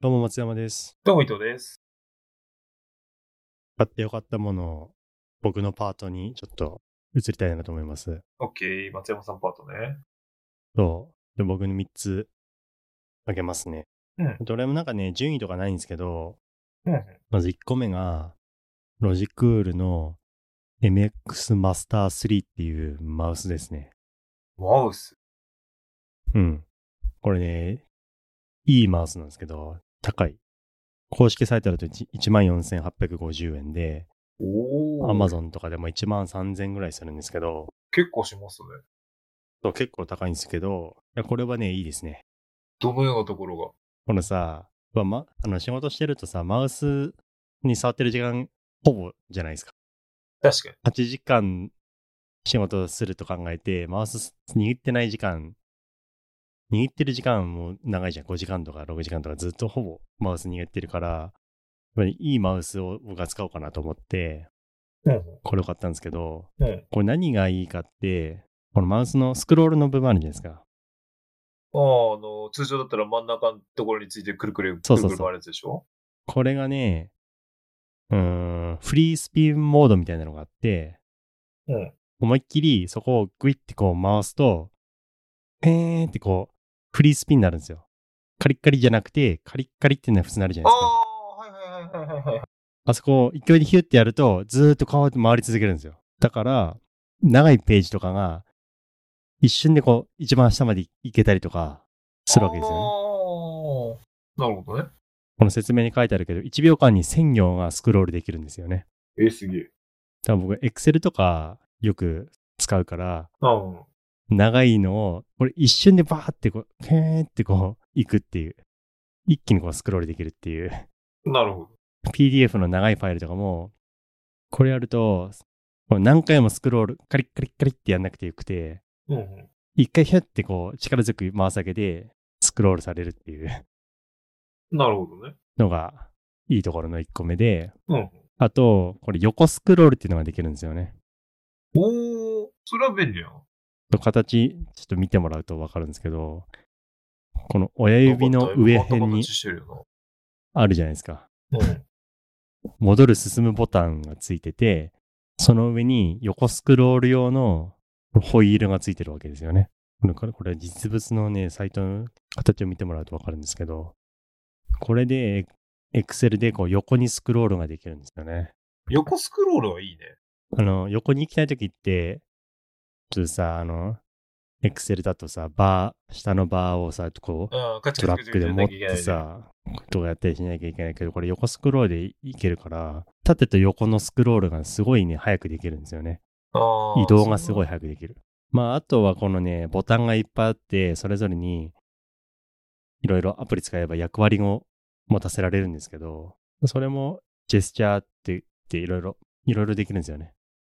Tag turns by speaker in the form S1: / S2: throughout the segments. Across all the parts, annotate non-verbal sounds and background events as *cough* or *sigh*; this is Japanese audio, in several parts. S1: どうも松山です。
S2: どうも伊藤です。
S1: 買ってよかったものを僕のパートにちょっと移りたいなと思います。
S2: OK、松山さんパートね。
S1: そう。で僕に3つあげますね。
S2: うん
S1: どれもなんかね、順位とかないんですけど、
S2: うんうん。
S1: まず1個目が、ロジクールの MX マスター3っていうマウスですね。
S2: マウス。
S1: うん。これね、いいマウスなんですけど、高い。公式サイトだと14,850円で、
S2: おー。
S1: アマゾンとかでも1万3000ぐらいするんですけど、
S2: 結構しますね。
S1: そう結構高いんですけど、いやこれはね、いいですね。
S2: どのようなところ
S1: このさ、まあま、あの仕事してるとさ、マウスに触ってる時間、ほぼじゃないですか。
S2: が確かに。
S1: 8時間仕事すると考えて、マウス握ってない時間、握ってる時間も長いじゃん。5時間とか6時間とかずっとほぼマウス握ってるから、やっぱりいいマウスを僕は使おうかなと思って、
S2: うん
S1: これを買ったんですけど、
S2: うん。うん。
S1: これ何がいいかって、このマウスのスクロールの部分あるじゃないですか。
S2: あーあの、通常だったら真ん中のところについてくるくる、く
S1: そう
S2: る
S1: そ
S2: く
S1: うそう
S2: る回るやつでしょ
S1: これがね、うーん、フリースピンモードみたいなのがあって、
S2: うん。
S1: 思いっきりそこをグイってこう回すと、ペーンってこう、フリースピンになるんですよ。カリッカリじゃなくて、カリッカリっていうのは普通になるじゃな
S2: あ
S1: いですか。
S2: あ、はいはいはいはいはいはい。
S1: あそこを勢いでヒュッてやると、ずーっとこうやって回り続けるんですよ。だから、長いページとかが、一瞬でこう、一番下まで行けたりとか、するわけですよね。
S2: よね。なるほどね。
S1: この説明に書いてあるけど、1秒間に1000行がスクロールできるんですよね。
S2: え、すげえ。
S1: 多分僕、Excel とかよく使うから、
S2: うん。
S1: 長いのを、これ一瞬でバーってこう、へーってこう、行くっていう。一気にこうスクロールできるっていう。
S2: なるほど。
S1: PDF の長いファイルとかも、これやると、こう何回もスクロール、カリッカリッカリッってやんなくてよくて、
S2: うんうん。
S1: 一回ヒュッてこう、力強く回すだけで、スクロールされるっていう
S2: なるほどね。
S1: のが、いいところの1個目で、
S2: うん。
S1: あと、これ横スクロールっていうのができるんですよね。
S2: おー、それは便利やな。
S1: と形、ちょっと見てもらうとわかるんですけど、この親指の上辺
S2: なんかだいぶ変わった
S1: に
S2: 形してるよ
S1: あるじゃないですか。
S2: な。うん。
S1: 戻る進むボタンがついてて、その上に横スクロール用のホイールがついてるわけですよね。これ、これこれ実物のね、サイトの形を見てもらうとわかるんですけど、これで、Excel でこう横にスクロールができるんですよね。
S2: 横スクロールはいいね。
S1: あの、横に行きたいときって、ちょっとさ、あの、エクセルだとさ、バー、下のバーをさ、こう、
S2: うん、カチ
S1: ト
S2: カ
S1: ラ
S2: チカ
S1: ック
S2: チカチ
S1: で
S2: やん
S1: 持っ
S2: なきゃいけない
S1: て
S2: ね。
S1: さ、とかやったりしなきゃいけないけど、これ横スクロールでいけるから、縦と横のスクロールがすごいね、早くできるんですよね。
S2: あー
S1: 移動がすごい
S2: そ
S1: 早くできる。まあ、あとはこのね、ボタンがいっぱいあって、それぞれに、いろいろアプリ使えば役割を持たせられるんですけど、それもジェスチャーって言っていろいろ、いろいろできるんですよね。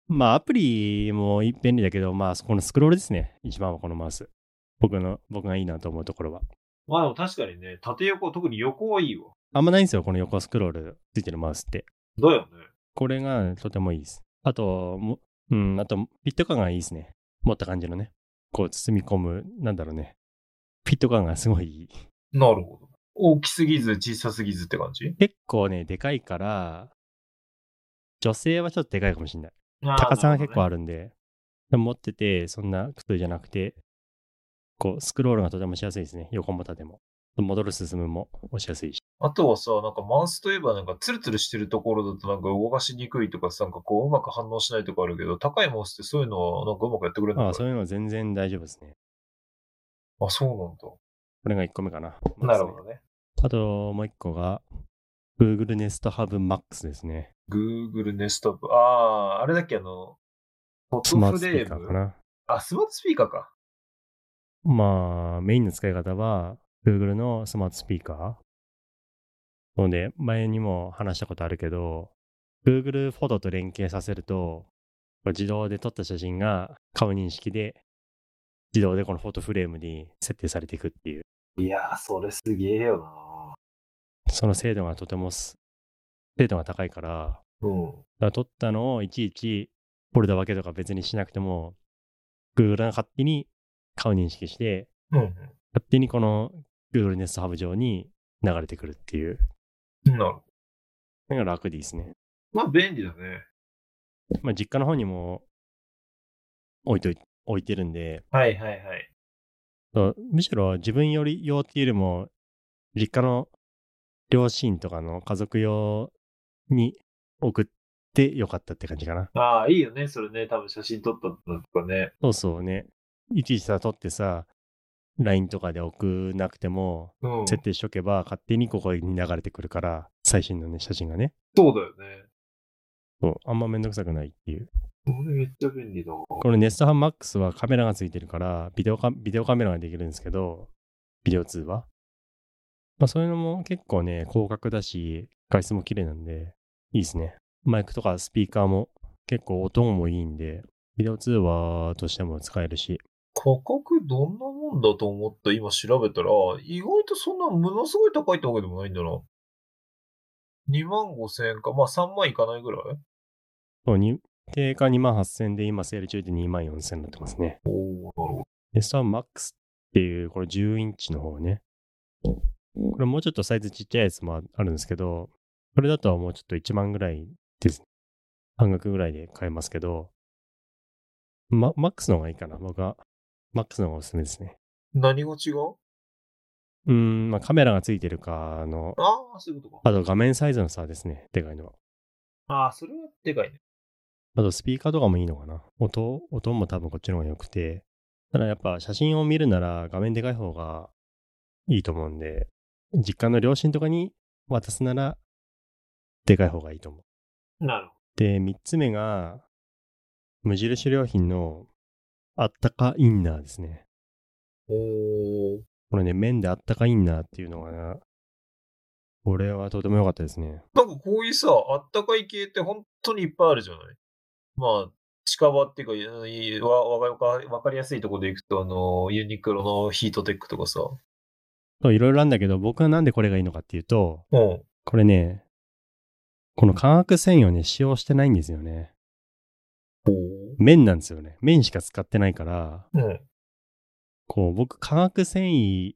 S1: まあ、アプリも便利だけど、まあ、そこのスクロールですね。一番はこのマウス。僕の、僕がいいなと思うところは。
S2: うまあでも確かにね、縦横、特に横はいいわ。
S1: あんまないんですよ、この横スクロールついてるマウスって。
S2: だよね。
S1: これがとてもいいです。あと、もうん、あと、フィット感がいいですね。持った感じのね。こう包み込む、なんだろうね。フィット感がすごいいい。
S2: なるほど。大きすぎず、小さすぎずって感じ
S1: 結構ね、でかいから、女性はちょっとでかいかもしれない。高さが結構
S2: あ
S1: あるんで、でも持ってて、そんな苦痛じゃなくて、こう、スクロールがとてもしやすいですね。横も縦も。戻る進むも押しやすいし。
S2: る。あとはさ、なんかマウスといえばなんかツルツルしてるところだとなんか動かしにくいとかさ、なんかこううまく反応しないとかあるけど、高いマウスってそういうのはなんかうまくやってくれるのか
S1: あ
S2: な
S1: あ、そういうのは全然大丈夫ですね。
S2: あ、そ
S1: これが1個目かな。
S2: うなんだ。なるほどね。
S1: あと、もう一個が、Google Nest Hub Max ですね。
S2: Google Nest Hub。ああー、あれだっけ、あの、ポ
S1: スマートスピーカーかな。
S2: あ、スマートスピーカーか。
S1: まあ、メインの使い方は、Google のスマートスピーカー。ので、前にも話したことあるけど、Google フォトと連携させると、自動で撮った写真が顔認識で、自動でこのフォトフレームに設定されていくっていう、
S2: いやー、それすげえよな
S1: その精度がとてもす、精度が高いから、
S2: うん。
S1: だから撮ったのをいちいちフォルダ分けとか別にしなくても、Google が勝手に顔認識して、
S2: うんうん。
S1: 勝手にこの Google Nest Hub 上に流れてくるっていう。
S2: なるほど。
S1: だから楽でいいですね。
S2: まあ、便利だね。
S1: まあ、実家の方にも置いとい置いてるんで、
S2: はいはいはい。
S1: そうむしろ自分より用っていうよりも、実家の両親とかの家族用に送ってよかったって感じかな。
S2: ああ、いいよね、それね。多分写真撮ったのとかね。
S1: そうそうね。いちいちさ、取ってさ、LINE とかで送なくても、
S2: うん。そ
S1: 設定しとけば勝手にここに流れてくるから、最新のね、写真がね。
S2: うだよね。
S1: そう、あんまめんどくさくないっていう。
S2: これめっちゃ便利だな。
S1: このネストハンマックスはカメラがついてるから、ビデオカビデオカメラができるんですけど、ビデオ通話。まあ、そういうのも結構ね、広角だし、画質も綺麗なんで、いいですね。マイクとかスピーカーも結構音もいいんで、ビデオ通話としても使えるし、
S2: 価格どんなもんだと思った今調べたら、意外とそんなものすごい高いってわけでもないんだな。2万5千円か、まあ3万いかないぐらい
S1: そうに定価2万8000で今セール中で2万4000になってますね。
S2: おおなるほ
S1: ネストハンマックスっていう、これ10インチの方ね。これもうちょっとサイズちっちゃいやつもああるんですけど、これだともうちょっと1万ぐらいです。半額ぐらいで買えますけど、ま、マックスの方がいいかな。僕は、マックスの方がおすすめですね。
S2: ど。何が違う
S1: うーん、まあ、カメラがついてるかの、
S2: ああ、そういうことか。
S1: あと画面サイズの差ですね。でかいのは。
S2: ああ、それはでかいね。
S1: あとスピーカーとかもいいのかな。音、音も多分こっちの方が良くて。ただやっぱ写真を見るなら画面でかい方がいいと思うんで、実家の両親とかに渡すならでかい方がいいと思う。
S2: なるほ
S1: で、三つ目が無印良品のあったかインナーですね。
S2: ど。おお。
S1: これね、面であったかインナーっていうのがな、これはとても良かったですね。
S2: なんかこういうさ、あったかい系って本当にいっぱいあるじゃないまあ、近場っていうかいい、わわかわかわかりやすいところでいくと、あの、ユニクロのヒートテックとかさ。
S1: そういろいろあるんだけど、僕はなんでこれがいいのかっていうと、
S2: うん。
S1: これね、この化学繊維をね、使用してないんですよね。綿なんですよね。綿しか使ってないから、
S2: うん。
S1: こう、僕、化学繊維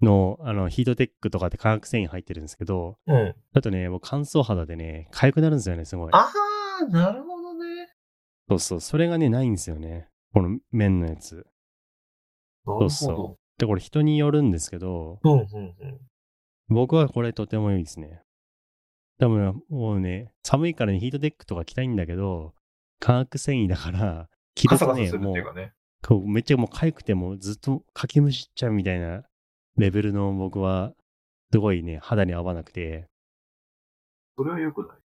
S1: の、あの、ヒートテックとかって化学繊維入ってるんですけど、
S2: うん。
S1: だとね、もう乾燥肌でね、痒くなるんですよね、すごい。
S2: ああ、なるほどね。
S1: そうそう、それがね、ないんですよね。この綿のやつ。
S2: なるほ
S1: そうそで、これ人によるんですけど、
S2: うんうんうん。
S1: 僕はこれとても良いですね。多分もうね、寒いからね、ヒートテックとか着たいんだけど、化学繊維だから、着
S2: カ
S1: る
S2: サ
S1: と
S2: カサ
S1: ね、
S2: するって
S1: も
S2: いううかね。
S1: こうめっちゃもう痒くてもうずっとかきむしっちゃうみたいなレベルの僕はすごいね肌に合わなくて
S2: それは良くない。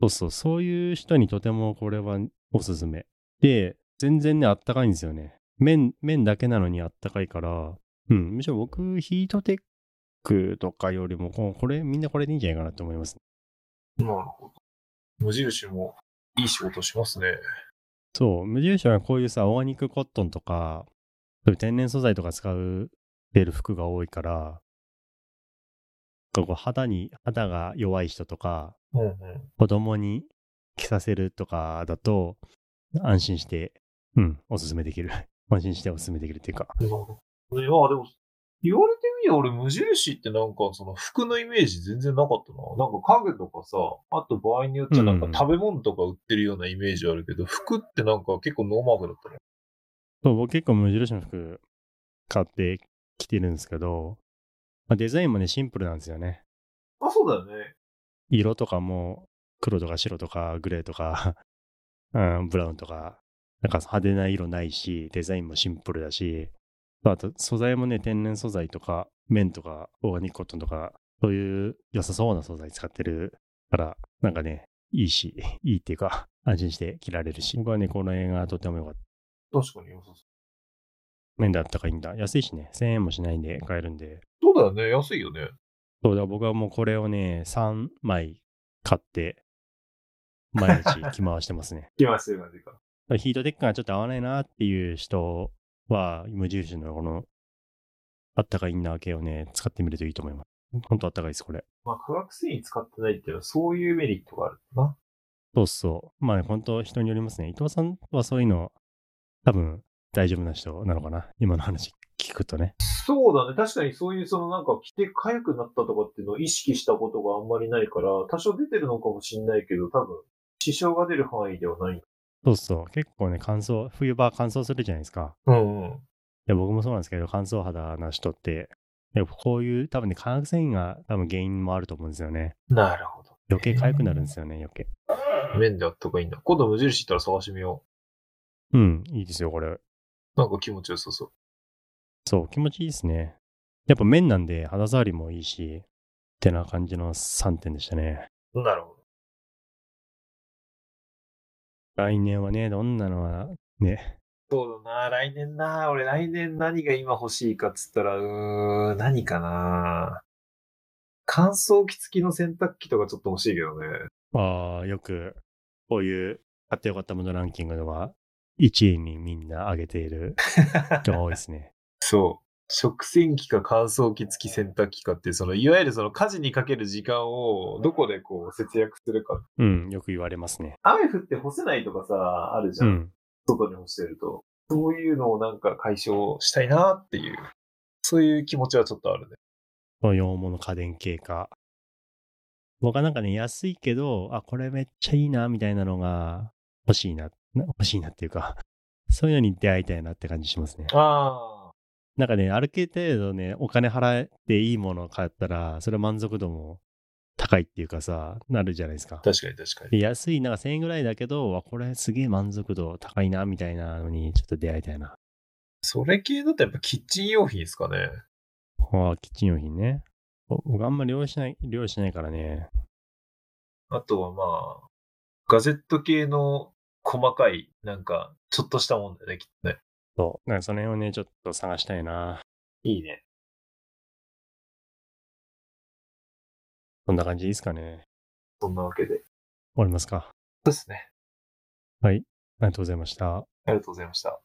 S1: そうそうそういう人にとてもこれはおすすめで全然ねあったかいんですよね麺麺だけなのにあったかいからうんむしろ僕ヒートテックとかよりもこうこれみんなこれでいいんじゃないかなと思います
S2: なるほど。無印もいい仕事しますね。
S1: そう無印はこういうさオーガニックコットンとかそういう天然素材とか使うてる服が多いからこう肌に肌が弱い人とか
S2: うんうん。
S1: 子供に着させるとかだと安心してうんおすすめできる *laughs* 安心しておすすめできるっていうか
S2: なるほど。ね、まあでも、言われてみれば俺無印ってなんかその服のイメージ全然なかったな。なんか家具とかさ、あと場合によってはなんか
S1: うん
S2: 食べ物とか売ってるようなイメージあるけど、服ってなんか結構ノーマークだったね。
S1: そう僕結構無印の服買って着てるんですけど、まあ、デザインもねシンプルなんですよね
S2: あ、そうだよね。
S1: 色とかも黒とか白とかグレーとか、 *laughs* うん、ブラウンとか、なんか派手な色ないし、デザインもシンプルだし、あと素材もね、天然素材とか、綿とか、オーガニックコットンとか、そういう良さそうな素材使ってるから、なんかね、いいし、いいっていうか、安心して着られるし、僕はね、この映画とても良かった。
S2: 確かに良さそう。
S1: 綿であったかいんだ。安いしね、1000円もしないんで買えるんで、
S2: そうだよね。安いよね。
S1: そうだ、僕はもうこれをね、3枚買って、毎日着回してますね。
S2: 来ますよ、マジか。
S1: ヒートテックがちょっと合わないなっていう人は、無印のこの、あったかいインナー系をね、使ってみるといいと思います。ほんとあったかいです、これ。
S2: まあ、化学繊維使ってないっていうのは、そういうメリットがあるな。
S1: そうそう。まあね、ほんと人によりますね。伊藤さんはそういうの、多分大丈夫な人なのかな。今の話聞くとね。
S2: そうだね。確かにそういう、そのなんか着て痒くなったとかっていうのを意識したことがあんまりないから、多少出てるのかもしんないけど、多分、支障が出る範囲ではない。
S1: そうそう。結構ね、乾燥、冬場は乾燥するじゃないですか。
S2: うんうん。
S1: いや、僕もそうなんですけど、乾燥肌の人って、やっぱこういう多分ね、化学繊維が多分原因もあると思うんですよね。
S2: なるほど。
S1: 余計痒くなるんですよね、余計。
S2: 面であった方がいいんだ。今度無印行ったら探してみよ
S1: うん、いいですよ、これ。
S2: う。なんか気持ちよさそう。
S1: そう、気持ちいいですね。やっぱ綿なんで肌触りもいいし、ってな感じの3点でしたね。
S2: なるほ
S1: 来年はね、どんなのがね、
S2: ど。そうだな。来年な。俺来年何が今欲しいかっつったら、うーん、何かな。乾燥機付きの洗濯機とかちょっと欲しいけどね。
S1: ああ、よく、こういう買ってよかったものランキングでは、1位にみんな上げている人が多いですね。
S2: そう。食洗機か乾燥機付き洗濯機かっていう、その、いわゆるその家事にかける時間をどこでこう節約するか。
S1: うん、よく言われますね。
S2: 雨降って干せないとかさ、あるじ
S1: う
S2: ゃん。
S1: ん。
S2: 外に干してると。そういうのをなんか解消したいなっていう、そういう気持ちはちょっとあるね。
S1: 用物家電系か。僕はなんかね、安いけど、あ、これめっちゃいいな、みたいなのが欲しいな、な欲しいなっていうか、そういうのに出会いたいなって感じしますね。
S2: ああ。
S1: なんかね、ある程度ね、お金払っていいものを買ったら、それは満足度も高いっていうかさ、なるじゃないですか。
S2: 確かに確か
S1: で。安い、なんか1000円ぐらいだけど、あこれすげえ満足度高いな、みたいなのにちょっと出会いたいな。
S2: それ系だとやっぱキッチン用品ですかね。
S1: ああ、キッチン用品ね。お僕あんま料理しない、料理しないからね。
S2: あとはまあ、ガジェット系の細かい、なんか、ちょっとしたもんだよね、きっとね。
S1: そう。なんかその辺をね、ちょっと探したいな。
S2: いいね。
S1: そんな感じでいいですかね。
S2: そんなわけで。
S1: 終わりますか。
S2: そうですね。
S1: ありがとうございました。
S2: ありがとうございました。